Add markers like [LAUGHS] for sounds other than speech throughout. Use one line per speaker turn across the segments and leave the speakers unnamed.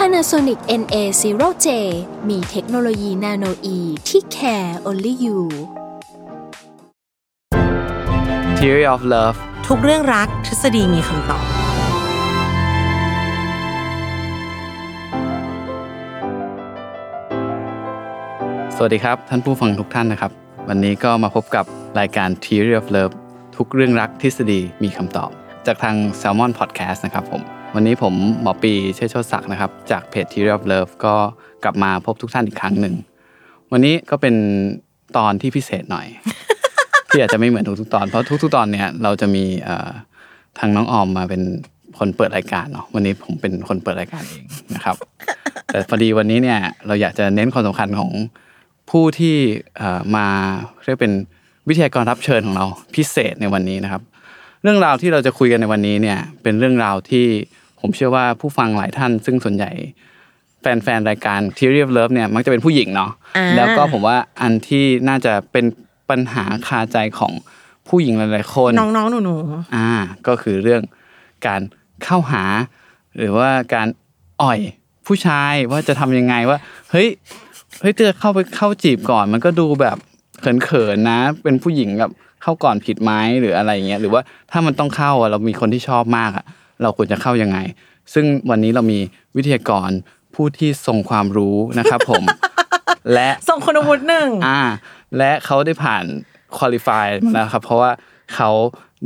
Panasonic NA0J มีเทคโนโลยีนาโนอีที่ care only you
Theory of Love
ทุกเรื่องรักทฤษฎีมีคำตอบ
สวัสดีครับ ท่านผู้ฟังทุกท่านนะครับ วันนี้ก็มาพบกับรายการ Theory of Love ทุกเรื่องรักทฤษฎีมีคำตอบ จากทาง Salmon Podcast นะครับผม วันนี้ผมหมอปีเชษโชติศักดิ์นะครับ จากเพจ Theory of Love ก็กลับมาพบทุกท่านอีกครั้งหนึ่ง วันนี้ก็เป็นตอนที่พิเศษหน่อย ที่อาจจะไม่เหมือนทุกๆตอน เพราะทุก ๆ ตอนเนี่ยเราจะมีเอ่อทางน้องออมมาเป็นคนเปิดรายการเนาะวันนี้ผมเป็นคนเปิดรายการเองนะครับ แต่พอดีวันนี้เนี่ยเราอยากจะเน้นความสำคัญของผู้ที่เอ่อมาเรียกเป็นวิทยากรรับเชิญของเราพิเศษในวันนี้นะครับ เรื่องราวที่เราจะคุยกันในวันนี้เนี่ยเป็นเรื่องราวที่ผมเชื่อว่าผู้ฟังหลายท่าน ซึ่งส่วนใหญ่ แฟนๆรายการ Theory of Love เนี่ยมักจะเป็นผู้หญิงเนาะ
อ่า
แล้วก็ผมว่าอันที่น่าจะเป็นปัญหาคาใจของผู้หญิงหลายๆคน
น้องๆ หนู
อ่าก็คือเรื่องการเข้าหา หรือว่าการอ่อยผู้ชายว่าจะทำยังไงว่าเฮ้ยเฮ้ยเธอเข้าไปเข้าจีบก่อน มันก็ดูแบบเขินๆนะ เป็นผู้หญิงแบบเข้าก่อนผิดไหมหรืออะไรอย่างเงี้ยหรือว่าถ้ามันต้องเข้าอะเรามีคนที่ชอบมากอะเราควรจะเข้ายังไง ซึ่งวันนี้เรามีวิทยากรผู้ที่ทรงความรู้นะครับ
[LAUGHS]
ผม และ
ๆ ส่งคนอาวุธหนึ่ง
อ่าและเขาได้ผ่านคุริฟายมาแล้วครับ เพราะว่าเขา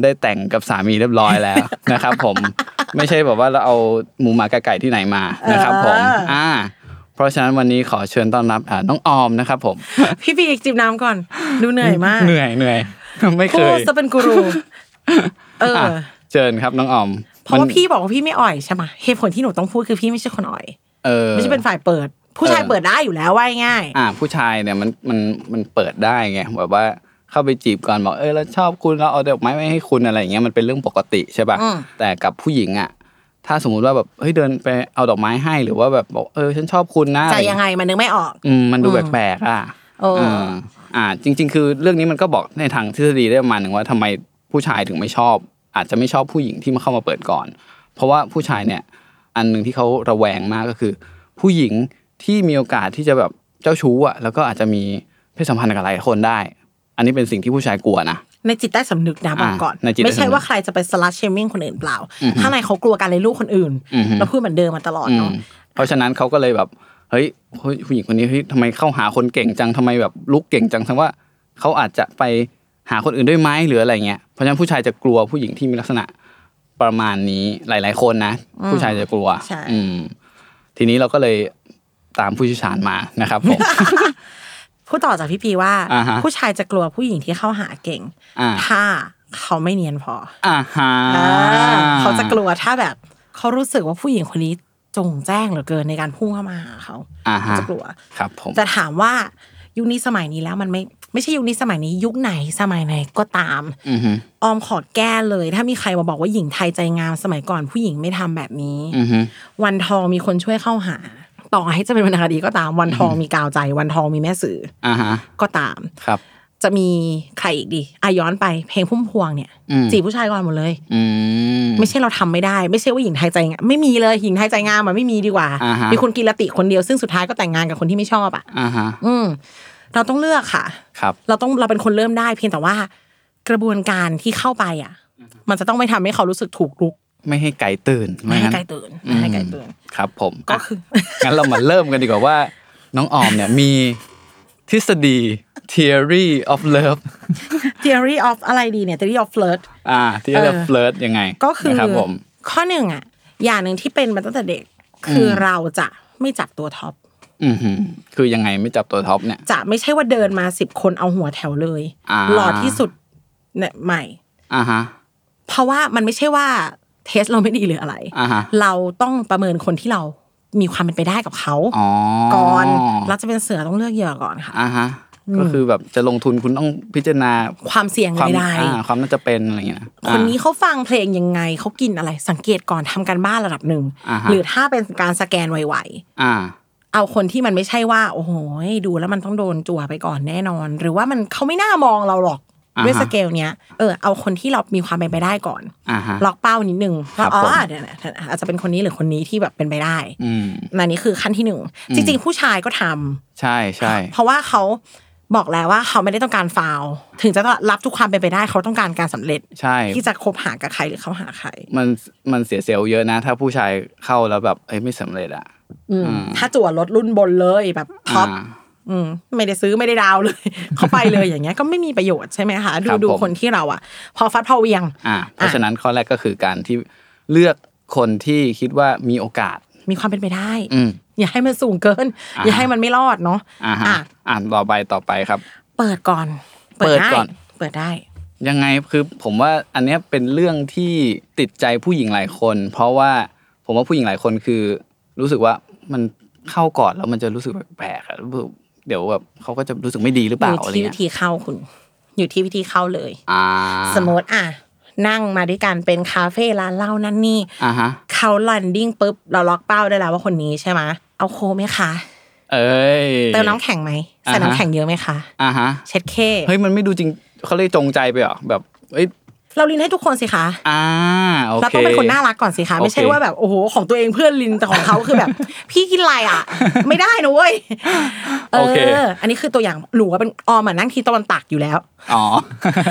ได้แต่งกับสามีเรียบร้อย
[LAUGHS]
แล้ว นะครับผมไม่ใช่แบบว่าเราเอาหมูหมากระไก่ที่ไหนมานะครับผม
เอออ่
อ่าเพราะฉะนั้นวันนี้ขอเชิญต้อนรับอ่าน้องออมนะครับผม
พี่บีจิบน้ำก่อน ดูเหนื่อยมาก
เหนื่อยเหนื่อย ไม่เค
พู
ย
ดจะเป็นกู
[LAUGHS]
รูเอออ
อ่ะเชิญครับน้องออม
เพราะว่า
มัน
พี่บอกว่าพี่ไม่อ่อยใช่ไหมเหตุผลที่หนูต้องพูดคือพี่ไม่ใช่คนอ่อย
เออ
ไม่ใช่เป็นฝ่ายเปิด ผู้ชาย
เออ
เปิดได้อยู่แล้วว่าง่าย
อ่าผู้ชายเนี่ยมันมันมันเปิดได้ไงแบบว่าเข้าไปจีบก่อนบอกเออเราชอบคุณเราเอาดอกไม้ไม่ให้คุณอะไรอย่างเงี้ยมันเป็นเรื่องปกติใช่ป่ะ
อืม
แต่กับผู้หญิงอ่ะถ้าสมมุติว่าแบบเฮ้ยเดินไปเอาดอกไม้ให้หรือว่าแบบบอกเออฉันชอบคุณนะ
จะยังไงมันนึกไม่ออก
อืมมันดู
อืม
แปลกๆอ่ะ
โอ้
าอ่า จริง ๆ คือเรื่องนี้มันก็บอกในทางทฤษฎีได้ประมาณหนึ่งว่าทำไมผู้ชายถึงไม่ชอบ อาจจะไม่ชอบผู้หญิงที่มาเข้ามาเปิดก่อน เพราะว่าผู้ชายเนี่ย อันหนึ่งที่เขาระแวงมากก็คือ ผู้หญิงที่มีโอกาสที่จะแบบเจ้าชู้อ่ะแล้วก็อาจจะมีเพศสัมพันธ์กับหลายคนได้ อันนี้เป็นสิ่งที่ผู้ชายกลัวนะ
ในจิตใต้สำนึกนะบอกก่อน
ในจิตใต้สำนึก
ไม่ใช่ว่าใครจะไปสลัดเชมิ่งคนอื่นเปล่า ข้างในเขากลัวการเลยนลูกคนอื่น
อือฮึ
เราพูดเหมือนเดิมมาตลอด
อืม
เนาะ
เพราะฉะนั้นเขาก็เลยแบบเฮ้ยเฮ้ยผู้หญิงคนนี้เฮ้ยทำไมเข้าหาคนเก่งจังทำไมแบบลุกเก่งจังทั้งว่าเขาอาจจะไปหาคนอื่นด้วยไหมหรืออะไรเงี้ยเพราะฉะนั้นผู้ชายจะกลัวผู้หญิงที่มีลักษณะประมาณนี้หลาย ๆ คนนะ ผู้ชายจะกลัว
ใช่
อืมทีนี้เราก็เลยตามผู้เชี่ยวชาญมานะครับผม
[LAUGHS] พูดต่อจากพี่ปีว่า
อ่าฮะ
ผู้ชายจะกลัวผู้หญิงที่เข้าหาเก่ง
อ่า
ถ้าเขาไม่เนียนพอ
อ่าฮะ
อเขาจะกลัวถ้าแบบ เขารู้สึกว่าผู้หญิงคนนี้จงแจ้งเหลือเกินในการพุ่งเข้ามาหาเขา
อ่า
เขา
ฮะ
จะกลัว
ครับผม
จะถามว่ายุคนี้สมัยนี้แล้วมันไม่ไม่ใช่ยุคนี้สมัยนี้ ยุคไหนสมัยไหนก็ตาม
อือฮึ
ออมขอแก้เลย ถ้ามีใครมาบอกว่าหญิงไทยใจงามสมัยก่อนผู้หญิงไม่ทำแบบนี้
อือฮึ
วันทองมีคนช่วยเข้าหา ต่อให้จะเป็นวรรณคดีก็ตาม วันทองมีกาวใจ วันทองมีแม่สื่อ
อ่าฮะ
ก็ตาม
ครับ
จะมีใครอีกดีอ่ะย้อนไปเพลงพุ่มพวงเนี่ย
อืม
จีบผู้ชายก่อนหมดเลย
อืม
ไม่ใช่เราทำไม่ได้ ไม่ใช่ว่าหญิงไทยใจงามไม่มีเลยหญิงไทยใจงามมันไม่มีดีกว่า
อ่าฮะ
มีคนกินละติคนเดียวซึ่งสุดท้ายก็แต่งงานกับคนที่ไม่ชอบอ่ะ
อ่าฮะ
อืม เราต้องเลือกค่ะ
ครับ
เราต้องเราเป็นคนเริ่มได้ เพียงแต่ว่า กระบวนการที่เข้าไปอ่ะ มันจะต้องไม่ทำให้เขารู้สึกถูกลุก
ไม่ให้ไก่ตื่น
ไม่ให้
งั้น
ไกลตื่นไม่ให้ไกลตื่น
อืมครับผม
ก็คือ
งั้นเรามาเริ่มกันดีกว่าว่า น้องออมเนี่ยมีทฤษฎี theory of love
theory of อะไรดีเนี่ย theory of flirt
อ่า ที่จะ
เออ
เฟลิร์ตยังไง
ก็คือ
นะครับผม
ข้อหนึ่งอ่ะ อย่างหนึ่งที่เป็นมาตั้งแต่เด็ก คืออเราจะไม่จับตัวท็อป
อือหือคือยังไงไม่จับตัวท็อปเนี่ย
จะไม่ใช่ว่าเดินมาสิบคนเอาหัวแถวเลย
อ่า
หล่อที่สุดเนี่ยใหม่
อ่าฮะ
เพราะว่ามันไม่ใช่ว่าเทสเราไม่ดีหรืออะไร
อ่าฮะ
เราต้องประเมินคนที่เรา มีความเป็นไปได้กับเขา
อ๋อ
ก่อนเราจะเป็นเสือต้องเลือกเหยื่อก่อนค่ะ
อ่าฮะ
อืม
ก็คือแบบจะลงทุนคุณต้องพิจารณา
ความเสี่ยง
ความ
ไม่ได้
อ่าความน่าจะเป็นอะไรอย่างเงี้ยะ
คนนี้เขาฟังเพลงยังไงเขากินอะไร สังเกตก่อนทำการบ้านระดับหนึ่ง
อ่าฮะ
หรือถ้าเป็นการสแกนไว
อ่า
ๆเอาคนที่มันไม่ใช่ว่าโอ้โหดูแล้วมันต้องโดนจั่วไปก่อนแน่นอน หรือว่ามันเขาไม่น่ามองเราหรอก
อ่าฮะ
ด้วยสเกลเนี้ยเออเอาคนที่เรามีความเป็นไปได้ก่อน
อ่าฮะ
ล็อกเป้านิดนึง
ครับ
ว่าอ๋อ
ผม
เดี๋ยวนะอาจจะเป็นคนนี้หรือคนนี้ที่แบบเป็นไปได้
อืม
อันนี้คือขั้นที่หนึ่ง
อืม
จริง ๆ ผู้ชายก็ทำ
ใช่ใช่
เพราะว่าเขาบอกแล้วว่าเขาไม่ได้ต้องการฟาวล์ถึงจะต้องรับทุกความเป็นไปได้เขาต้องการการสำเร็จ
ใช่
ที่จะคบหากับใครหรือเขาหาใคร
มันมันเสียเซลล์เยอะนะ ถ้าผู้ชายเข้าแล้วแบบเอ้ยไม่สำเร็จอ่ะ
อืม
อ่า
ถ้าจั่วรถรุ่นบนเลยแบบท็อป
อ่า
อืมไม่ได้ซื้อไม่ได้ดาวเลย [LAUGHS] เขาไปเลยอย่างเงี้ยก็ไม่มีประโยชน์ใช่ไหมคะดู
ครับ
ดู
ผม
คนที่เราอ่ะ พอฟัดพอเหวียง
อ่าเพราะ
อ่ะ
ฉะนั้นข้อแรกก็คือการที่เลือกคนที่คิดว่ามีโอกาส
มีความเป็นไปได้
อืม
อย่าให้มันสูงเกิน
อ่า
อย่าให้มันไม่รอดเนาะ
อ่าฮะ
อ่ะ
อ่าต่อไปต่อไปครับ
เปิดก่อน
เปิดก่อน
เปิดได้
ยังไงคือผมว่าอันเนี้ยเป็นเรื่องที่ติดใจผู้หญิงหลายคน เพราะว่าผมว่าผู้หญิงหลายคนคือ รู้สึกว่ามันเข้าก่อนแล้วมันจะรู้สึกแปลกๆอะรู้สึกเดี๋ยวแบบเขาก็จะรู้สึกไม่ดีหรือเป
อ
ล่า
ยู่
อะไร
ที่วิ
เงี้ย
ธีเข้าคุณ อยู่ที่วิธีเข้าเลย
อ่า
สมมติอ่ะนั่งมาด้วยกันเป็นคาเฟ่ร้านเหล้านั่นนี่
อ่าฮะ
เขาลันดิ้งปุ๊บเราล็อกเป้าได้แล้วว่าคนนี้ใช่ไหมเอาโคกไหมคะ
เอ้ย
เติมน้ำแข็งไหมใส่
อ่าฮะ
น้ำแข็งเยอะไหมคะ
อ่าฮะ
เช็ดเค
เฮ้ยมันไม่ดูจริงเขาเลยกจงใจไปเหรอแบบเอ้ย
เราลินให้ทุกคนสิคะ
อ่าโอ
เรา
เค
ต้องเป็นคนน่ารักก่อนสิคะ ไม่ใช่
โอเค
ว่าแบบโอ้โหของตัวเองเพื่อนลินแต่ของเขาคือแบบ [LAUGHS] พี่กินอะไรอ่ะ ไม่ได้นะเว้ย
โอเค
อันนี้คือตัวอย่างหลูว่าเป็นออมอ่ะนั่งทีมตะวันตกอยู่แล้ว [LAUGHS]
อ๋อ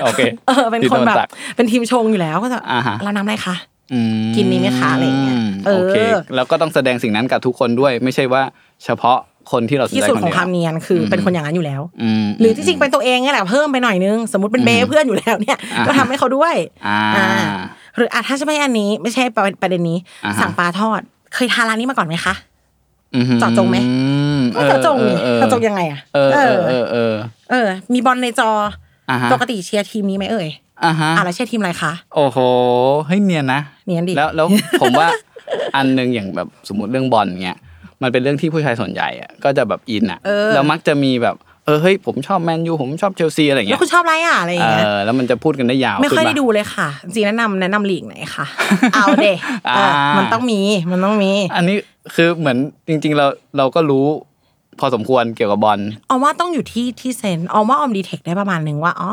โอเค
เออเป็นคนแบ
ทีมตะวัน
บ
ตก
เป็นทีมชงอยู่แล้วก็จะ
อ่าฮะ
เราน้ำอะไรคะ
อืม
กินนี้ไหมคะอะไรอย่างเงี้ยเออ
โอเค แล้วก็ต้องแสดงสิ่งนั้นกับทุกคนด้วย ไม่ใช่ว่าเฉพาะคนที่เราสน
ที่
ใจ
สุด
คน
ของ
เดีย
ความ
ว
เนียนคืออ
ม
เป็นคนอย่างนั้นอยู่แล้ว
อืม
หรือที่จริงเป็นตัวเองนี่แหละเพิ่มไปหน่อยนึง สมมติเป็นเบ
อืม
เพื่อนอยู่แล้วเนี่ย
อ่า
ก็ทำให้เขาด้วย
อ่า
อ่า หรืออ่ะถ้าจะไม่อันนี้ไม่ใช่ประเด็นนี้
อ่าฮะ
สั่งปลาทอด เคยทานร้านนี้มาก่อนไหมคะ
อืหื
เจาะจงไหม ไม่เจาะจงนี่
เออ
เจาะจงยังไงอ่ะ
เออเออเอ
เออ
อเออ
เออ มีบอลในจอ
อ่าฮะ
ปกติเชียร์ทีมนี้ไหมเอ่ย
อ่าฮะ
อ่ะแล้วเชียร์ทีมอะไรคะ
โอ้โหเฮ้ยเนียนนะ
เนียนดิ
แล้ว [LAUGHS] แล้ว ผมว่าอันหนึ่งอย่างแบบสมมติเรื่องบอลเงี้ยมันเป็นเรื่องที่ผู้ชายส่วนใหญ่อะก็จะแบบอินอะ
เออ
แล้วมักจะมีแบบเออเฮ้ยผมชอบแมนยูผมชอบเชลซีอะไร
แล้
เงี้
วย คุณชอบอะไรอ่ะอะไรอ
เอย่าง
เงี้ย
อแล้วมันจะพูดกันได้ยาว
ไม่ค่อยได้
ขึ้นปะ
ดูเลยค่ะจริงแนะนำแนะนำลีกไหนคะเอาเดะเออ
อ่ามั
มันต้องมีมันต้องมี
อันนี้คือเหมือนจริง ๆ เราเราก็รู้ พอสมควรเกี่ยวกับบอล
ออมว่าต้องอยู่ที่ที่เซนส์ออมว่าออมดีเทคได้ประมาณหนึ่งว่าอ๋อ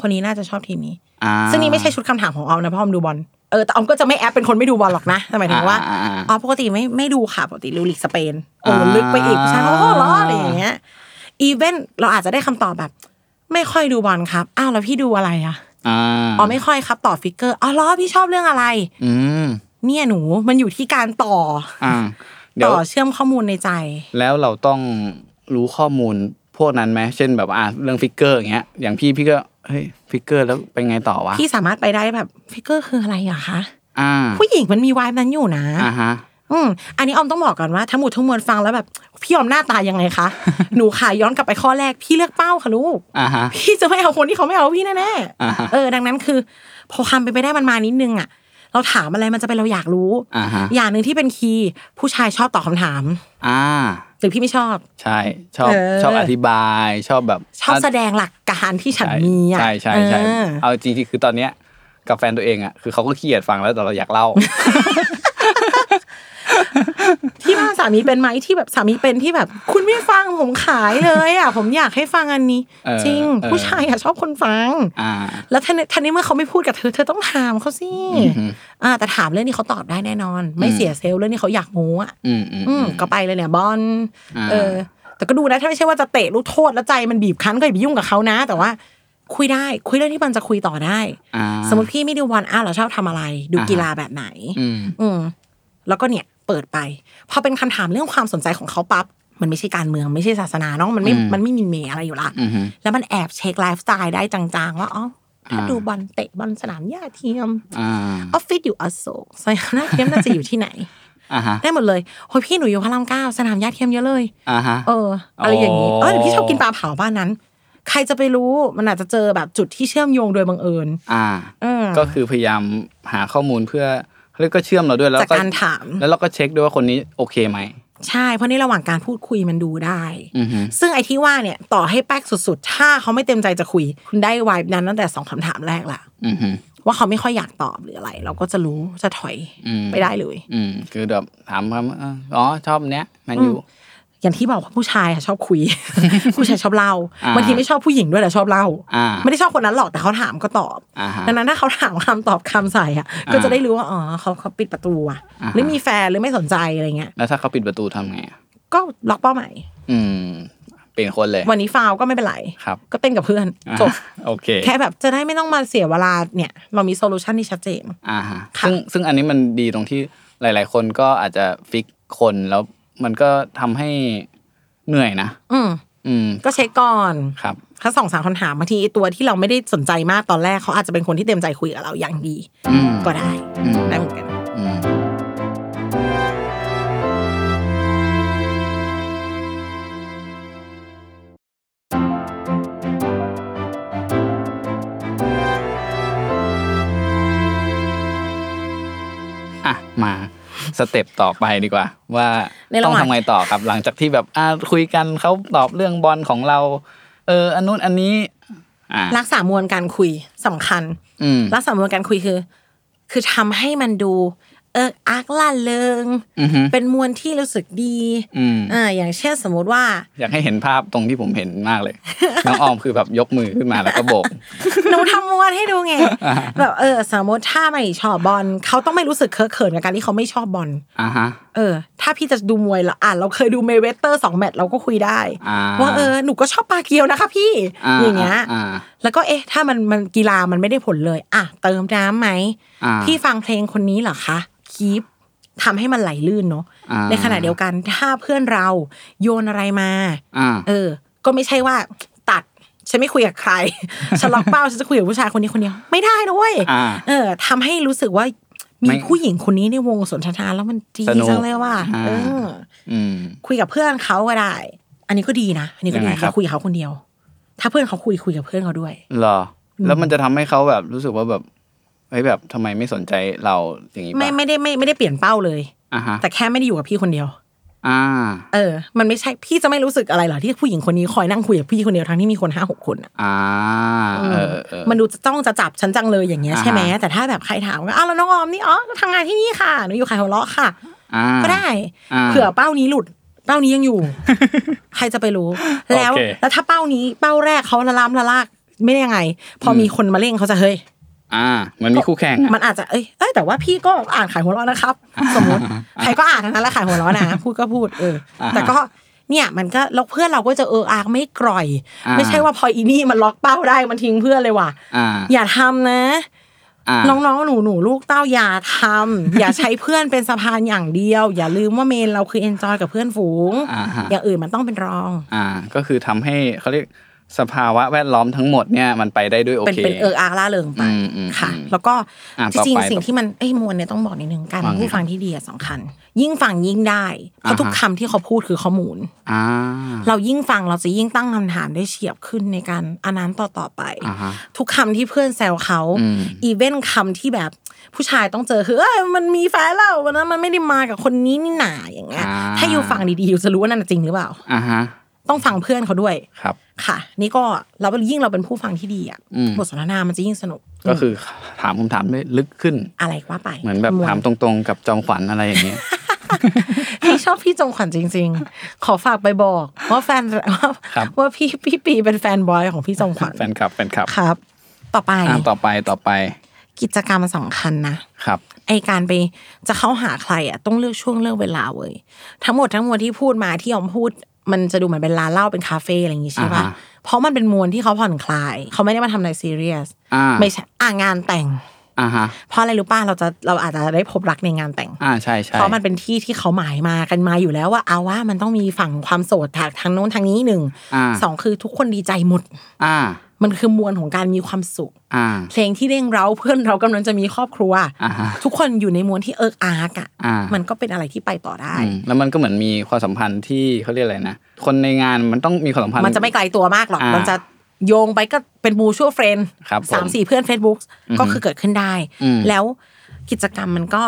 คนนี้น่าจะชอบทีมนี้
อ่า
ซึ่งนี่ไม่ใช่ชุดคำถามของออมนะเพราะออมดูบอลเออแต่ออมก็จะไม่แอปเป็นคนไม่ดูบอลหรอกนะแต่หมายถึงว่า
อ่อ่
อ๋
อ่า
อปกติไม่ไม่ดูค่ะปกติดูลีกสเปนโอ้
อ่า
ลึกไปอีกผู้ชายเขาก็หัวล้ออะไรอย่างเงี้ยอีเวนเราอาจจะได้คำตอบแบบ ไม่ค่อยดูบอลครับอ้าวแล้วพี่ดูอะไรอ่ะ
อ่า
อ๋อไม่ค่อยครับต่อฟิกเกอร์อ๋อล้อพี่ชอบเรื่องอะไร
อืม
เนี่ยหนูมันอยู่ที่การต่อ
อ่าเดี๋ย
ต่
ว
อเชื่อมข้อมูลในใจ
แล้วเราต้องรู้ข้อมูลพวกนั้นไหมเช่นแบบอ่าเรื่องฟิกเกอร์อย่างเงี้ยอย่างพี่พี่ก็เฮ้ยฟิกเกอร์แล้วเป็นไงต่อวะ
พี่สามารถไปได้แบบฟิกเกอร์คืออะไรอะคะ
อ่า
ผู้หญิงมันมีวายนั้นอยู่นะ
อ่าฮะ
อืมอันนี้ออมต้องบอกก่อนว่าทั้งหมดทั้งมวลฟังแล้วแบบพี่ออมหน้าตายังไง
[LAUGHS]
คะ หนูขาย้อนกลับไปข้อแรกพี่เลือกเป้าค่ะลูก
อ่าฮะ
พี่จะไม่เอาคนที่เขาไม่เอาพี่แน่
อ่าฮะ
ๆ เออ ดังนั้นคือ พอคำไปนไปได้มันมานิดนึงอ่ะ เราถามอะไรมันจะเป็นเราอยากรู้
อ่าฮะ
อย่างหนึ่งที่เป็นคีย์ผู้ชายชอบตอบคำถาม
อ่า
หรือพี่ไม่ชอบ
ใช่ชอบ
เออ
ชอบอธิบายชอบแบบ
ชอบแสดงหลักการที่ฉันมีอ่ะ
ใช่ใช่ใช่
เออ
เอาจริงๆคือตอนเนี้ยกับแฟนตัวเองอ่ะคือเขาก็ขี้เกียจฟังแล้วแต่เราอยาก
[LAUGHS]
เล่า
ที่บ้านสามีเป็นไหมที่แบบสามีเป็นที่แบบ คุณไม่ฟังผมขายเลยอ่ะ ผมอยากให้ฟังอันนี้
เออ
จริง
เออ
ผู้ชายอ่ะชอบคนฟัง
อ่า
แล้วท่านท่านนี้เมื่อเขาไม่พูดกับเธอเธอต้องถามเขาสิอ่า แต่ถามเรื่องนี้เขาตอบได้แน่นอน ไม่
อืม
เสียเซลล์เรื่องนี้เขาอยากงูอ่ะ
อืมอืม
อืม
อืม
ก็ไปเลยเนี่ยบอล
อ่า
เออ แต่ก็ดูนะถ้าไม่ใช่ว่าจะเตะลูกโทษแล้วใจมันบีบคั้นก็อย่าไปยุ่งกับเขานะ แต่ว่า คุยได้คุยเรื่องที่มันจะคุยต่อได้
อ่า
สมมติพี่ไม่ดูบอลอ้าวเราชอบทำอะไร ดู
อ่าฮะ
กีฬาแบบไหน
อืม
อืมแล้วก็เนี่ยเปิดไปพอเป็นคำถามเรื่องความสนใจของเขาปั๊บมันไม่ใช่การเมืองไม่ใช่ศาสนาเนาะมันไม่
อืม
มันไม่มีเมอะไรอยู่ละ
อืม
แล้วมันแอบเช็คไลฟ์สไตล์ได้จางๆว่าอ๋อถ้า
อ่า
ดูบอลเตะบอลสนามหญ้าเทียม
อ่า
ออฟฟิศอยู่อโศกสยามนาฏเทียมน่าจะอยู่ที่ไหน
อ่าฮะ
ได้หมดเลยโอ้ยพี่หนูอยู่พระรามเก้าสนามญาติเทียมเยอะเลย
อ่าฮะ
เออ อะไรอย่างนี้
อ๋อ
เออเดี๋ยวพี่ชอบกินปลาเผาบ้านนั้น ใครจะไปรู้ มันอาจจะเจอแบบจุดที่เชื่อมโยงโดยบังเอิญ
อ่า
เออ
ก็คือพยายามหาข้อมูลเพื่อเรียกก็เชื่อมเราด้วยแล้ว
จาก
ก็
การถาม
แล้วเราก็เช็คด้วยว่าคนนี้โอเคไหม
ใช่เพราะในระหว่างการพูดคุยมันดูได้
อือฮึ
ซึ่งไอ้ที่ว่าเนี่ยต่อให้แป๊กสุด ๆ ถ้าเขาไม่เต็มใจจะคุย คุณได้วายนั้นตั้งแต่สองคำถามแรกละ
อือฮึ
ว่าเขาไม่ค่อยอยากตอบหรืออะไร เราก็จะรู้จะถอย
อืม
ไปได้เลย
อืมคือแบบถามคำเอ่ออ๋อชอบเนี้ยแมนยู
อย่างที่บอกว่าผู้ชายอะชอบคุ
[LAUGHS]
ย ผู้ชายชอบเล่า
อ่า
บางทีไม่ชอบผู้หญิงด้วยแต่ชอบเล่า
อ่า
ไม่ได้ชอบคนนั้นหรอกแต่เขาถามก็ตอบ
อ่าฮะ
ดังนั้นถ้าเขาถามคำตอบคำใส่อะก็
อ่า
จะได้รู้ว่าอ๋อเขาเขาปิดประตูอะ
อ่าฮะ
หรือมีแฟนหรือไม่สนใจอะไรเงี้ย
แล้วถ้าเขาปิดประตูทำไงอะ
ก็ล็อกเป้าหมาย
อืม เปลี่ยนคนเลย
วันนี้ฟาวก็ไม่เป็นไร
ครับ
ก็เต้นกับเพื่อน
อ่า
จบ
โอเค
แค่แบบจะได้ไม่ต้องมาเสียเวลาเนี่ย เรามีโซลูชันที่ชัดเจน
อ่าฮะ
ค่ะ
ซึ่งซึ่งอันนี้มันดีตรงที่หลาย ๆ คนก็อาจจะฟิกคนแล้วมันก็ทำให้เหนื่อยนะ
อืม
อืม
ก็เช็คก่อน
ครับ
ถ้าสองสามคำถามบางทีไอ้ตัวที่เราไม่ได้สนใจมากตอนแรกเขาอาจจะเป็นคนที่เต็มใจคุยกับเราอย่างดี
อืม
ก็ได้
อืม
ได้เหมือนกัน
อืมอ่ะมาสเต็ปต่อไปดีกว่า ว่า
ในระ
ต้อ
ห
ง
ว่าง
ทำไงต่อครับ หลังจากที่แบบอ่าคุยกันเขาตอบเรื่องบอลของเรา เออ อันนู้นอันนี้ อ่า
รักษามวลการคุยสำคัญ
อืม
รักษามวลการคุยคือ คือทำให้มันดู เอออาร์กล่าเริง
อือฮึ
เป็นมวลที่รู้สึกดี
อืม
อ่าอย่างเช่นสมมุติว่า
อยากให้เห็นภาพตรงที่ผมเห็นมาก
[LAUGHS]
เลย น้องออมคือแบบยกมือขึ้นมาแล้วก็โบก
หนูทำมวลให้ดูไงแบบเออ สมมติถ้าไม่ชอบบอลเขาต้องไม่รู้สึกเคอะเขินกับการที่เขาไม่ชอบบอล
อ่าฮะ
เออ ถ้าพี่จะดูมวยเหรออ่านเราเคยดูเมเวเตอร์สองแมตช์เราก็คุยได้
อ่า
ว่าเออหนูก็ชอบปาเกียวนะคะ พี่อย่างเงี้ย
อ่า
แล้วก็เอ๊ะ ถ้ามันมันกีฬามันไม่ได้ผลเลย อ่ะเติมน้ำไหม
อ่า
พี่ฟังเพลงคนนี้เหรอคะคีปทำให้มันไหลลื่นเนาะ
อ่า
ในขณะเดียวกันถ้าเพื่อนเราโยนอะไรมา
อ่า
เออ ก็ไม่ใช่ว่าตัด ฉันไม่คุยกับใคร [LAUGHS] ฉันล็อกเป้า ฉันจะคุยกับผู้ชายคนนี้คนเดียว ไม่ได้นะเว้ย
อ่า
เออทำให้รู้สึกว่า
ไม่
มีผู้หญิงคนนี้ในวงสนทนาแล้วมันดี
สนุก
จังเลยว่า
อ่า
เออ
อืม
คุยกับเพื่อนเขาก็ได้ อันนี้ก็ดีนะ อันนี้ก็
ยัง
ดี
ไง
อ
ครับ
ย่าคุยกับเขาคนเดียว ถ้าเพื่อนเขาคุยคุยกับเพื่อนเขาด้วย
เหรอ แล้วมันจะทำให้เขาแบบรู้สึกว่าแบบเฮ้ยแบบทำไมไม่สนใจเราอย่างนี้
ไม่
ปะ
ไม่ได้ไม่ไม่ได้เปลี่ยนเป้าเลย
อ่าฮะ
แต่แค่ไม่ได้อยู่กับพี่คนเดียว
อ่า
เออ มันไม่ใช่พี่จะไม่รู้สึกอะไรเหรอที่ผู้หญิงคนนี้คอยนั่งคุยกับพี่คนเดียวทั้งที่มีคนห้าหกคนอะ
อ่า เออเออ
มันดูจะต้องจะจับฉันจังเลยอย่างเงี้ย
อ่าฮะ
ใช่ไหมแต่ถ้าแบบใครถามก็อ้าวแล้วน้องออมนี่อ๋อทำงานที่นี่ค่ะหนูอยู่ขายหัวเราะค่ะ
อ่า
ก็ได้
อ่า
เผื่อเป้านี้หลุด เป้านี้ยังอยู่
[LAUGHS]
ใครจะไปรู้ แล้ว
โอเค
แล้วถ้าเป้านี้เป้าแรกเขาละล้ำละลากไม่ได้ยังไง พออ
ม
มีคนมาเร่งเขาจะเฮ้ย
อ่า มันมีคู่แข่งอะ
มันอาจจะเอ้ยเอ้ยแต่ว่าพี่ก็อ่านขายหัวเราะนะครับ สม
[LAUGHS]
มติใครก็อ่านทั้งนั้นแหละขายหัวเราะนะ พูดก็พูดเอออา
ฮะ
แต่ก็เนี่ยมันก็แล้วเพื่อนเราก็จะเอออากไม่กร่อย
อ่า
ไม่ใช่ว่าพออีนี่มันล็อกเป้าได้มันทิ้งเพื่อนเลยว่ะ
อ่า
อย่าทำนะ
อ่า
น้องๆ หนูหนูๆลูกเต้าอย่าทำ อย่าใช้เพื่อนเป็นสะพานอย่างเดียว อย่าลืมว่าเมนเราคือเอนจอยกับเพื่อนฝูง
อ่าฮะ
อย่างอื่นมันต้องเป็นรอง
อ่า ก็คือทำให้เขาเรียกสภาวะแวดล้อมทั้งหมดเนี่ยมันไปได้ด้วยโอ
เป็น
เค
เป็นเอออาร์ล่าเริงไป
อืมอืม
ค่ะ
อืม
แล้วก็
อ่ะ
จริง
ต่อไป
ๆสิ่งที่มันเอ้ยมวลเนี่ยต้องบอกนิดนึงการเป็น
ว่าไง
ผู้ฟังที่ดีอะสำคัญ ยิ่งฟังยิ่งได้เพ
อ่า
ราะ
ฮะ
ทุกคำที่เขาพูดคือข้อมูล
อ่า
เรายิ่งฟังเราจะยิ่งตั้งคำถามได้เฉียบขึ้นในการอนนันต่อต่อๆไป
อ่าฮะ
ทุกคำที่เพื่อนแซวเขา
อืม
อีเวนคำที่แบบผู้ชายต้องเจอคือเอ้ยมันมีแฟนแล้ววันนั้นมันไม่ได้มากับคนนี้นี่หนาอย่างเงี้ย
อ่า
ถ้าอยู่ฟังดีๆอยู่จะรู้ว่านั่นนะจริงหรือเปล่า
อ่าฮะ
ต้องฟังเพื่อนเขาด้วย
ครับ
ค่ะ นี่ก็เรายิ่งเราเป็นผู้ฟังที่ดีอ่ะ
อืม
บทสนทนามันจะยิ่งสนุก
ก็คือ [LAUGHS] ถามคำถามได้ลึกขึ้น
อะไรว่าไป
เหมือนแบบถามตรงๆ กับจอมขวัญอะไรอย่างเงี้ย
พี่ชอบพี่จงขวัญจริง ๆ ขอฝากไปบอกว่าแฟนว่า
ครับ
ว่าพี่พี่ปีเป็นแฟนบอยของพี่จงขวัญ
แฟนคลับแฟนคลับ
ครับ ต่อไป
อ่าต่อไปต่อไป
กิจกรรมสำคัญนะ
ครับ
ไอการไปจะเข้าหาใครอ่ะต้องเลือกช่วงเลือกเวลาเว้ยทั้งหมดทั้งมวลที่พูดมาที่ออมพูด มันจะดูเหมือนเป็นร้านเหล้าเป็นคาเฟ่อะไรอย่างงี้ใช่ป่ะ
อ่าฮะ
เพราะมันเป็นมวลที่เขาผ่อนคลาย เขาไม่ได้มาทำอะไรซีเรียส
อ่า
ไม่ใช่อ่างานแต่ง
อ่าฮะ
เพราะอะไรรู้ป่ะเราจะเราอาจจะได้พบรักในงานแต่ง
อ่าใช่ใช่
เพราะมันเป็นที่ที่เขาหมายมากันมาอยู่แล้วว่าเอาว่ามันต้องมีฝั่งความโสดทางทางโน้นทางนี้หนึ่ง
อ่า
สองคือทุกคนดีใจหมด
อ่า
มันคือมวลของการมีความสุข
อ่า
เพลงที่เร่งเร้าเพื่อนเรากำลังจะมีครอบครัว
อ่าฮะ
ทุกคนอยู่ในมวลที่เอิกอาร์กอะ
อ่ามั
มันก็เป็นอะไรที่ไปต่อได้
อืมแล้วมันก็เหมือนมีความสัมพันธ์ที่เขาเรียกอะไรนะคนในงานมันต้องมีความสัมพันธ์
มันจะไม่ไกลตัวมากหรอก
อ่ามั
มันจะโยงไปก็เป็นมูชั่วเฟรน
ครับผม
สามสี่เพื่อน Facebook
อือฮึ
ก็คือเกิดขึ้นได้
อืม
แล้วกิจกรรมมันก็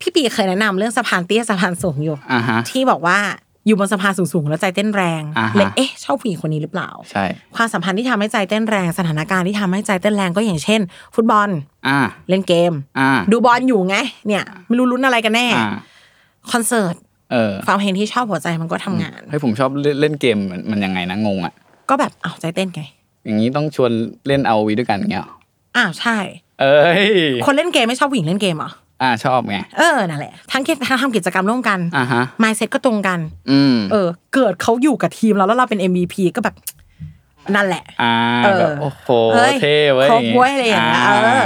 พี่ปีเคยแนะนำเรื่องสะพานเตี้ยสะพานสูงอยู่
อ่าฮะ
ที่บอกว่าอยู่บนสะพานสูงๆแล้วใจเต้นแรง
อ่าฮะ
เลยเอ๊ะชอบผู้หญิงคนนี้หรือเปล่า
ใช่
ความสัมพันธ์ที่ทำให้ใจเต้นแรงสถานการณ์ที่ทำให้ใจเต้นแรงก็อย่างเช่น ฟุตบอล
อ่า
เล่นเกม
อ่า
ดูบอลอยู่ไง เนี่ย ไม่รู้ลุ้นอะไรกันแน่
อ่า
คอนเสิร์ต
เออ
ฟังเพลงที่ชอบหัวใจมันก็ทำงาน
ให้ยผมชอบเล่นเล่นเกมมันมันยังไงนะงงอ่ะ
ก็แบบเอาวใจเต้นไง
อย่างนี้ต้องชวนเล่นเอาวีด้วยกันอย่างเงี้ยหรอ
อ้าวใช่
เอ้ย
คนเล่นเกมไม่ชอบผู้หญิงเล่นเกมเหรอ
อ่าชอบไง
เออนั่นแหละทั้งกิจทั้งทำกิจกรรมร่วมกัน
อ่าฮะ
m i n d s e t ก็ตรงกัน
อืม
เออ เกิดเขาอยู่กับทีมเราแล้วเราเป็น MVP ก็แบบ นั่นแหละ
อ่า
เออ
แบบโอ้โห
เฮ้ย
เท่เว้ย
ครบเว้ยอะไรอย่างเงี้ย
า
เออ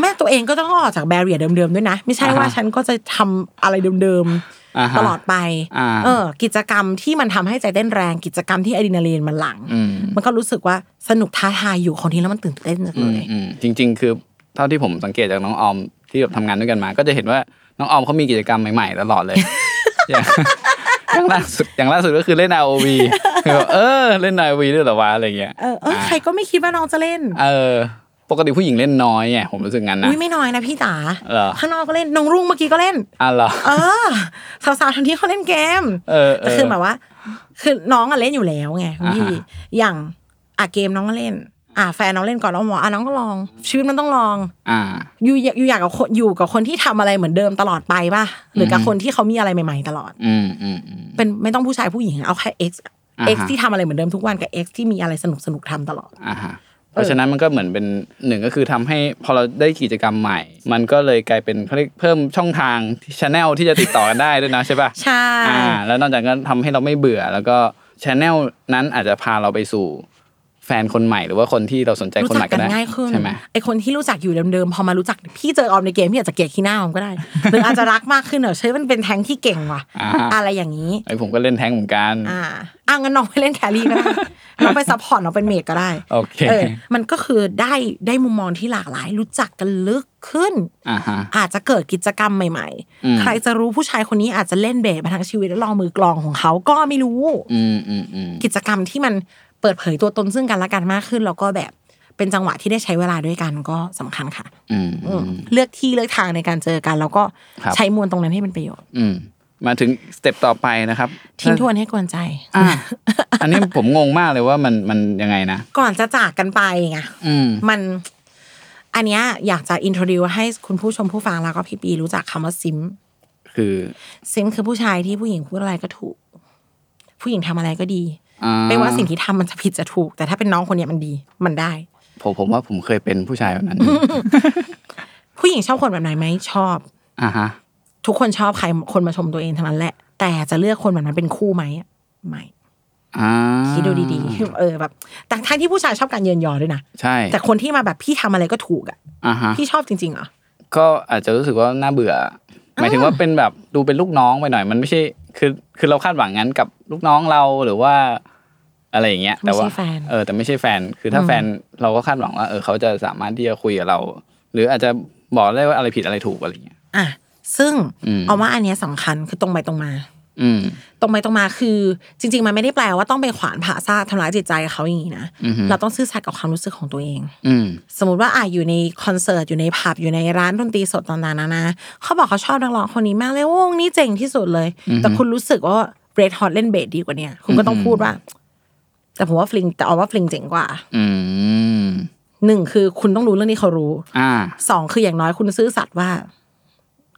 แม่ตัวเองก็ต้องออกจากแบเรียเดิมๆด้วยนะ ไม่ใช่
อ่าฮะ
ว่าฉันก็จะทำอะไรเดิม
อ่า
ๆ
ฮะ
ตลอดไป
อ่า
เออ กิจกรรมที่มันทำให้ใจเต้นแรง กิจกรรมที่อะดรีนาลีนมันหลัง
อืม
มันก็รู้สึกว่าสนุกท้าทายอยู่ของทีแล้วมันตื่นเต้นจัง
อื
เล
ม
ย
อืมจริง ๆ คือเท่าที่ผมสังเกตจากน้องออมที่แบบทำงานด้วยกันมา ก็จะเห็นว่าน้องออมเขามีกิจกรรมใหม่ๆตลอด [LAUGHS] เลย อย่างอย่างล่าสุดอย่างล่าสุดก็คือเล่น ROV คือแบบเออเล่น ROV ด้วยเหรอวะอะไรเงี้ย
เออเออใครก็ไม่คิดว่าน้องจะเล่น
เออ ปกติผู้หญิงเล่นน้อยไงผมรู้สึกงั้นนะ
อุ้ยไม่น้อยนะพี่จ๋า
เหรอ
ข้างนอกก็เล่นน้องรุ่งเมื่อกี้ก็เล่น
อ่ะเหรอ
เออ [LAUGHS] สาวๆทันทีเขาเล่นเกม
เออเ
แต่คือแบบว่า คือน้องอะเล่นอยู่แล้วไง
อ่าฮะ
พี่ อย่างอ่ะเกมน้องก็เล่น อ่ะแฟนน้องเล่นก่อนน้องบอกอ่ะน้องก็ลอง ชีวิตมันต้องลอง
อ่า
อยู่อยากอยู่อยากกับคนอยู่กับคนที่ทำอะไรเหมือนเดิมตลอดไปป่ะ หรือกับ
อืม
คนที่เขามีอะไรใหม่ๆตลอด
อืมอืมอืม
เป็นไม่ต้องผู้ชายผู้หญิงเอาแค่ x
อ่า
x
ฮะ
ที่ทำอะไรเหมือนเดิมทุกวันกับ x ที่มีอะไรสนุกสนุกๆทำตลอด
อ่าฮะเพราะฉะนั้นมันก็เหมือนเป็นหนึ่งก็คือทำให้พอเราได้กิจกรรมใหม่ มันก็เลยกลายเป็นเขาเรียกเพิ่มช่องทางชแนลที่จะติดต่อกันได้ด้วยนะใช่ปะ
ใช่
อ่าแล้วนอกจากนั้นทำให้เราไม่เบื่อ แล้วก็ชแนลนั้นอาจจะพาเราไปสู่ แฟนคนใหม่หรือว่าคนที่เราสนใจ
รู้
คน
จั
ให
ก
ม่ก็
กัน
ได้
ง่ายขึ้น
ใช่ไหม
ไอคนที่รู้จักอยู่เดิมๆพอมารู้จักพี่เจอออมในเกมพี่อาจจะเกลียดขี้หน้าออม
[LAUGHS]
ก็ได้ หรืออาจจะรักมากขึ้นเหรอใช่มันเป็นแทงที่เก่งว่ะ
อ่าฮะ
อะไรอย่างนี้
ไอยผมก็เล่นแท้งเหมือนกัน
อ่าอ่ะงั้นน้องไปเล่นแครี่ก็ได้ [LAUGHS] น้องไปซัพพอร์ตน้องเป็นเมดก็ได้
โอเค
เออมันก็คือได้ได้มุมมองที่หลากหลาย รู้จักกันลึกขึ้น
อ่าฮะ
อาจจะเกิดกิจกรรมใหม่
อืม
ๆ ใครจะรู้ผู้ชายคนนี้อาจจะเล่นเบสมาทั้งชีวิตแล้วลองมือกลองของเขาก็ไม่รู้
อืมอืมอืม
กิจกรรมที่มันเปิดเผยตัวตนซึ่งกันและกันมากขึ้น แล้วก็แบบเป็นจังหวะที่ได้ใช้เวลาด้วยกันก็สำคัญค่ะ
อืม
อื
อื
ม
ม
เลือกที่เลือกทางในการเจอกัน แล้วก็
ครับ
ใช้มวลตรงนั้นให้เป็นประโยชน์
อืมมาถึงสเต็ปต่อไปนะครับ
ทิ้งทวนให้กวนใจ
อ่าอันนี้ผมงงมากเลยว่ามันมันยังไงนะ
ก่อนจะจากกันไปไง
อืม
มันอันเนี้ยอยากจะอินโทรดิวให้คุณผู้ชมผู้ฟังแล้วก็พี่ปีรู้จักคำว่าซิม
คือ
ซิมคือผู้ชายที่ผู้หญิงพูดอะไรก็ถูก ผู้หญิงทำอะไรก็ดี
อ่
ไม่ว่าสิ่งที่ทำมันจะผิดจะถูก แต่ถ้าเป็นน้องคนเนี้ยมันดี มันได้
ผมผมว่าผมเคยเป็นผู้ชายแบบนั้น
ผู้หญิงชอบคนแบบไหนไหมชอบ
อ่าฮะ
ทุกคนชอบใครคนมาชมตัวเองเท่านั้นแหละ แต่จะเลือกคนแบบนั้นเป็นคู่ไหมไม่
อ่า
คิดดูดีๆ [LAUGHS] เออแบบแต่ทั้งที่ผู้ชายชอบการเยินยอด้วยนะ
ใช่
แต่คนที่มาแบบพี่ทำอะไรก็ถูกอ่ะ
อ่าฮะ
พี่ชอบจริงๆเหรอ
ก็อาจจะรู้สึกว่าน่าเบื่อ หมายถึงว่าเป็นแบบดูเป็นลูกน้องไปหน่อย มันไม่ใช่คือคือเราคาดหวังงั้นกับลูกน้องเราหรือว่า อะไรอย่างเงี้ย แต่ว่า
ไม่ใช่แฟน
เออแต่ไม่ใช่แฟน คือถ้าแฟนเราก็คาดหวังว่าเออเขาจะสามารถที่จะคุยกับเรา หรืออาจจะบอกได้ว่าอะไรผิดอะไรถูกอะไรอย่างเงี้ย
อ่ะซึ่ง
อืม
เอาว่าอันเนี้ยสำคัญคือตรงไปตรงมา
อืม
ตรงไปตรงมาคือจริง ๆ มันไม่ได้แปลว่าต้องไปขวานผ่าซากทำร้ายจิตใจเขาอย่างนี้นะ
อือฮึ
เราต้องซื่อสัตย์กับความรู้สึกของตัวเอง
อืม
สมมติว่าอ่ะอยู่ในคอนเสิร์ตอยู่ในผับอยู่ในร้านดนตรีสดต่างๆนานาเขาบอกเขาชอบนักร้องคนนี้มากเลยวงนี้เจ๋งที่สุดเลย แต่คุณรู้สึกว่าเรดฮอตเล่นเบสดีกว่าเนี่ยคุณก็ต้องพูดว่า แต่ผมว่าฟลิงแต่เอาว่าฟลิงเจ๋งกว่า
อืม
หนึ่งคือคุณต้องรู้เรื่องที่เขารู้
อ่า
สองคืออย่างน้อยคุณซื่อสัตย์ว่า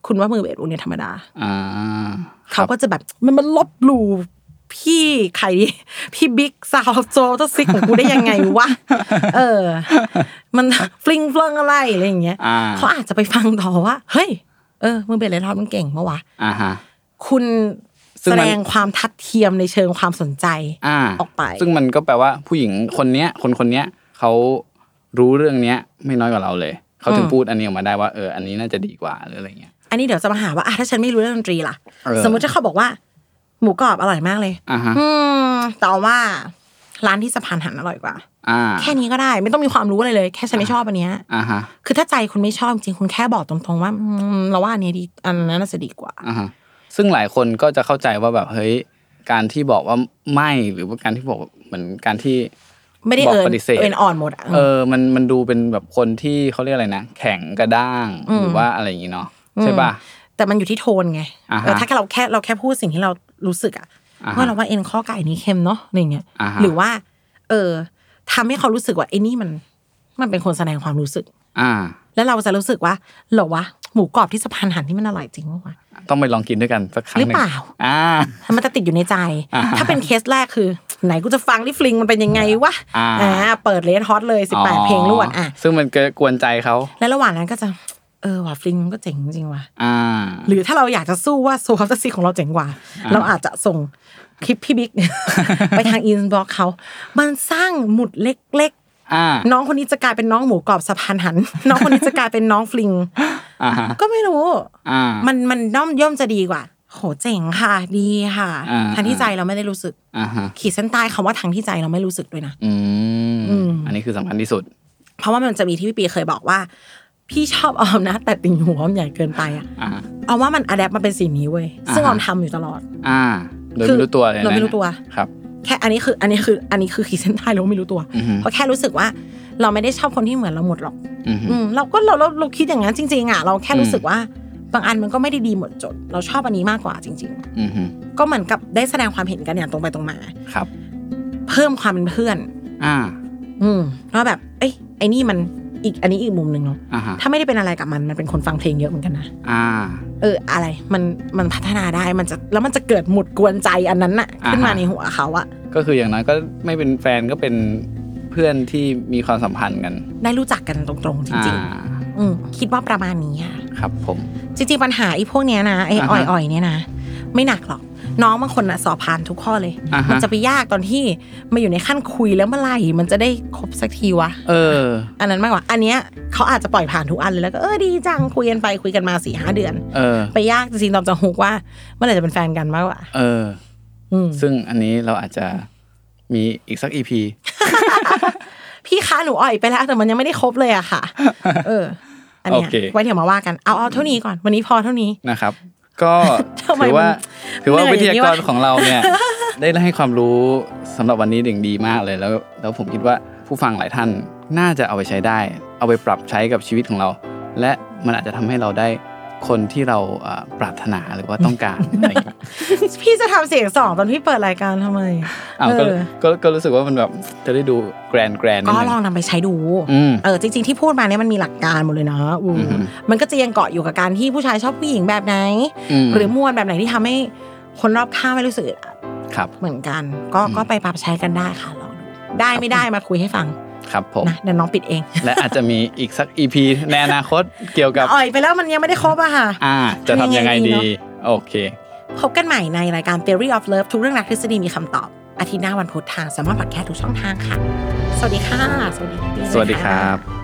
คุณว่ามือเบสวงเนี้ธรรมดา
อ่า
เขาก็จะแบบมันมันลบหลู่พี่ใคร [LAUGHS] ดิพี่บิ๊กสาวโจทซิกของกูได้ยังไงวะ เออ มัน [LAUGHS] ฟลิงเฟลิงอะไรอะไรอย่างเงี้ย
อ่า
เขาอาจจะไปฟังต่อว่า เฮ้ย เออมึงเป็นอะไรทอดมันเก่งมาวะ
อ่าฮะ
คุณ
ซึ่
แส
งมัน
ดงความทัดเทียมในเชิงความสนใจ
อ่า
ออกไป
ซึ่งมันก็แปลว่าผู้หญิงคนเนี้ย คนคนเนี้ยเขารู้เรื่องเนี้ย ไม่น้อยกว่าเราเลย เขาถึงพูดอันนี้ออกมาได้ว่าเอออันนี้น่าจะดีกว่าหรืออะไรเงี้ย
อันนี้เดี๋ยวจะมาหาว่าอ่ะถ้าฉันไม่รู้เรื่องดนตรีล่ะ
เออ
สมมุติถ้าเขาบอกว่า หมูกรอบอร่อยมากเลย
อ่าฮะ
อืมแต่ว่าร้านที่สะพานหันอร่อยกว่า
อ่า
แค่นี้ก็ได้ไม่ต้องมีความรู้อะไรเลย แค่ฉันไม่ชอบอันเนี้ย
อ่าฮะ
คือถ้าใจคุณไม่ชอบจริงคุณแค่บอกตรงๆว่าอืมเราว่าอันเนี้ยดีอันนั้นน่าจะดีกว่า
อ่าฮะซึ่งหลายคนก็จะเข้าใจว่าแบบเฮ้ยการที่บอกว่าไม่หรือว่าการที่บอกเหมือนการที่
ไม่ได้
บอก
เอิน
ปฏิเสธ
เอินอ่อนหมดอ่ะ
เออมันมันดูเป็นแบบคนที่เขาเรียกอะไรนะแข็งกระด้างหรือว่าอะไรอย่างงี้เนาะใช่ป่ะ
แต่มันอยู่ที่โทนไง
อ่าฮะ
เออถ้าแค่เราแค่เราแค่พูดสิ่งที่เรารู้สึกอะ
อ่าฮะ
ว่าเราว่าเอ็นข้อไก่นี้เค็มเนาะอะไรเงี้ย
อ่าฮะ
หรือว่า เออทำให้เขารู้สึกว่าไอ้นี่มัน มันเป็นคนแสดงความรู้สึก
อ่า
แล้วเราจะรู้สึกว่าเหรอวะหมูกรอบที่สะพานหันที่มันอร่อยจริงปะวะ
ต้องไปลองกินด้วยกันสักครั้งนึ่ง
หรือเปล่า
อ่า
มันจะติดอยู่ในใจ
อ่า
ถ้าเป็นเคสแรกคือ ไหนกูจะฟังที่ฟลิงมันเป็นยังไงวะ
อ่า
เปิดเลนฮอตเลย 18 เพลงรวดอ่ะ
ซึ่งมันก็กวนใจเขา
แล้วระหว่างนั้นก็จะ เออว่ะฟลิงมันก็เจ๋งจริงว่ะ
อ่า
หรือถ้าเราอยากจะสู้ว่าโซฟต์ซีของเราเจ๋งกว่า เราอาจจะส่งคลิปพี่บิ๊ก ไปทางอินบ็อกเขา มันสร้างหมุดเล็ก
อ่า
ๆ น้องคนนี้จะกลายเป็นน้องหมูกรอบสะพานหัน น้องคนนี้จะกลายเป็นน้องฟลิง
อ่าฮะ
ก็ไม่รู้
อ่า
มันมันย่อมย่อมจะดีกว่า โหเจ๋งค่ะ ดีค่ะ
อ่า
ทางที่ใจเราไม่ได้รู้สึก
อ่าฮะ
ขีดเส้นใต้คำว่าทางที่ใจเราไม่รู้สึกด้วยนะ
อืม
อืม
อันนี้คือสำคัญที่สุด
เพราะว่ามันจะมีที่พี่ปีเคยบอกว่า พี่ชอบออมนะ แต่ติ่งหัวออมใหญ่เกินไปอะ
อ่า
เอาว่ามันอัดแอปมาเป็นสีนี้เว้ย
อ่าฮะ
ซึ่งออมทำอยู่ตลอด
อ่า โดยไม่รู้ตัวเลยนะ
โดยไม่รู้ตัว
ครับ
แค่อันนี้คืออันนี้คืออันนี้คือขีดเส้นใต้เราไม่รู้ตัว
อือฮึ
เพราะแค่รู้สึกว่าเราไม่ได้ชอบคนที่เหมือนเราหมดหรอก
อือฮึ
อืมเราก็เราเราเราคิดอย่างนั้นจริงๆอะเราแค่
อื
รู้
ม
สึกว่าบางอันมันก็ไม่ได้ดีหมดจด เราชอบอันนี้มากกว่าจริง
อือฮึ
ๆ ก็เหมือนกับได้แสดงความเห็นกันอย่างตรงไปตรงมา
ครับ
เพิ่มความเป็นเพื่อน
อ่า
อืมว่าแบบ เอ้ยไอ้นี่มันอีกอันนี้อีกมุมหนึ่งเนาะ
อ่าฮะ
ถ้าไม่ได้เป็นอะไรกับมัน มันเป็นคนฟังเพลงเยอะเหมือนกันนะ
อ่า
เออ อะไร มัน มันพัฒนาได้ มันจะ แล้วมันจะเกิดหมุดกวนใจอันนั้นน่ะ
อ่าฮะ
ขึ้นมาในหัวเขาอะ
ก็คืออย่างน้อยก็ไม่เป็นแฟนก็เป็นเพื่อนที่มีความสัมพันธ์กัน
ได้รู้จักกันตรงๆ จ
อ่า
ริงๆ อืมคิดว่าประมาณนี้อะ
ครับผม
จริงๆ ปัญหาไอ้พวกเนี้ยนะ ไอ้
อ่า
อ่
ฮะ
อยๆ เนี่ยนะ ไม่หนักหรอก น้องบางคนอะสอบผ่านทุกข้อเลย
อ่าฮะ
มัจะไปยากตอนที่มาอยู่ในขั้นคุยแล้วเมื่อไหร่ มันจะได้ครบสักทีวะ
เออ
อันนั้นมากกว่า อันเนี้ยเขาอาจจะปล่อยผ่านทุกอันเลยแล้วก็เออดีจังคุยกันไปคุยกันมาสี่ห้าเดือน
เออ
ไปยากจริงๆตอมจะฮุกว่าเมื่อไหร่จะเป็นแฟนกันมากกว่า
เออ
อืม
ซึ่งอันนี้เราอาจจะมีอีกสักอีพี
พี่คะหนูอ่อยไปแล้วแต่มันยังไม่ได้ครบเลยอะ
[LAUGHS]
ค่ะ เออ อันเนี้ย
โอเค
ไว้เดี๋ยวมาว่ากันเอาเอาเท่านี้ก่อนวันนี้พอเท่านี้
นะครับ ก็
[LAUGHS] ทำไม
ถือว่า
มัน
ถือว่า
เหนื่อย
วิทยา
อย่างนี้
ก
วะ
รของเรา
[LAUGHS]
เนี่ย ได้ให้ความรู้สำหรับวันนี้อย่างดีมากเลยแล้ว แล้วผมคิดว่าผู้ฟังหลายท่านน่าจะเอาไปใช้ได้ เอาไปปรับใช้กับชีวิตของเรา และมันอาจจะทำให้เราได้คนที่เราเอ่อปรารถนาหรือว่าต้องการอะไรอย่างเงี้ย
[LAUGHS] พี่จะทำเสียงสองตอนพี่เปิดรายการทำไม
อ้าว
เอ
ก็
อ
ก็ก็รู้สึกว่ามันแบบจะได้ดูแกรนแกรนนิ
ก็
ดนึง
ลองนำไปใช้ดู
อืม
เออจริง ๆที่พูดมาเนี่ยมันมีหลักการหมดเลยนะอืม
อือฮึ
มันก็จะยังเกาะอยู่กับการที่ผู้ชายชอบผู้หญิงแบบไหน
ม
หรือมวลแบบไหนที่ทำให้คนรอบข้างไม่รู้สึกอึดอัด
ครับ
เหมือนกัน ก็
อืม
ก็ไปปรับใช้กันได้ค่ะลองดูได้ไม่ได้มาคุยให้ฟัง
ครับผม
นะเดี๋ยวน้องปิดเอง
และอาจจะมีอีกสักอีพีในอนาคตเกี่ยวกับ
อ่อยไปแล้วมันยังไม่ได้ครบอะค่ะ
อ่า จะทำยังไง
ทำยังไงดี
ดี
เนอะ
โอเค
พบกันใหม่ในรายการ Theory of Love ทุกเรื่องรักทฤษฎีมีคำตอบ อาทิตย์หน้าวันพุธทางสามารถพอดแคสต์ทุกช่องทางค่ะ สวัสดีค่ะ สวัสดีพี่เป้
สวัสดี
นะะ
ครับ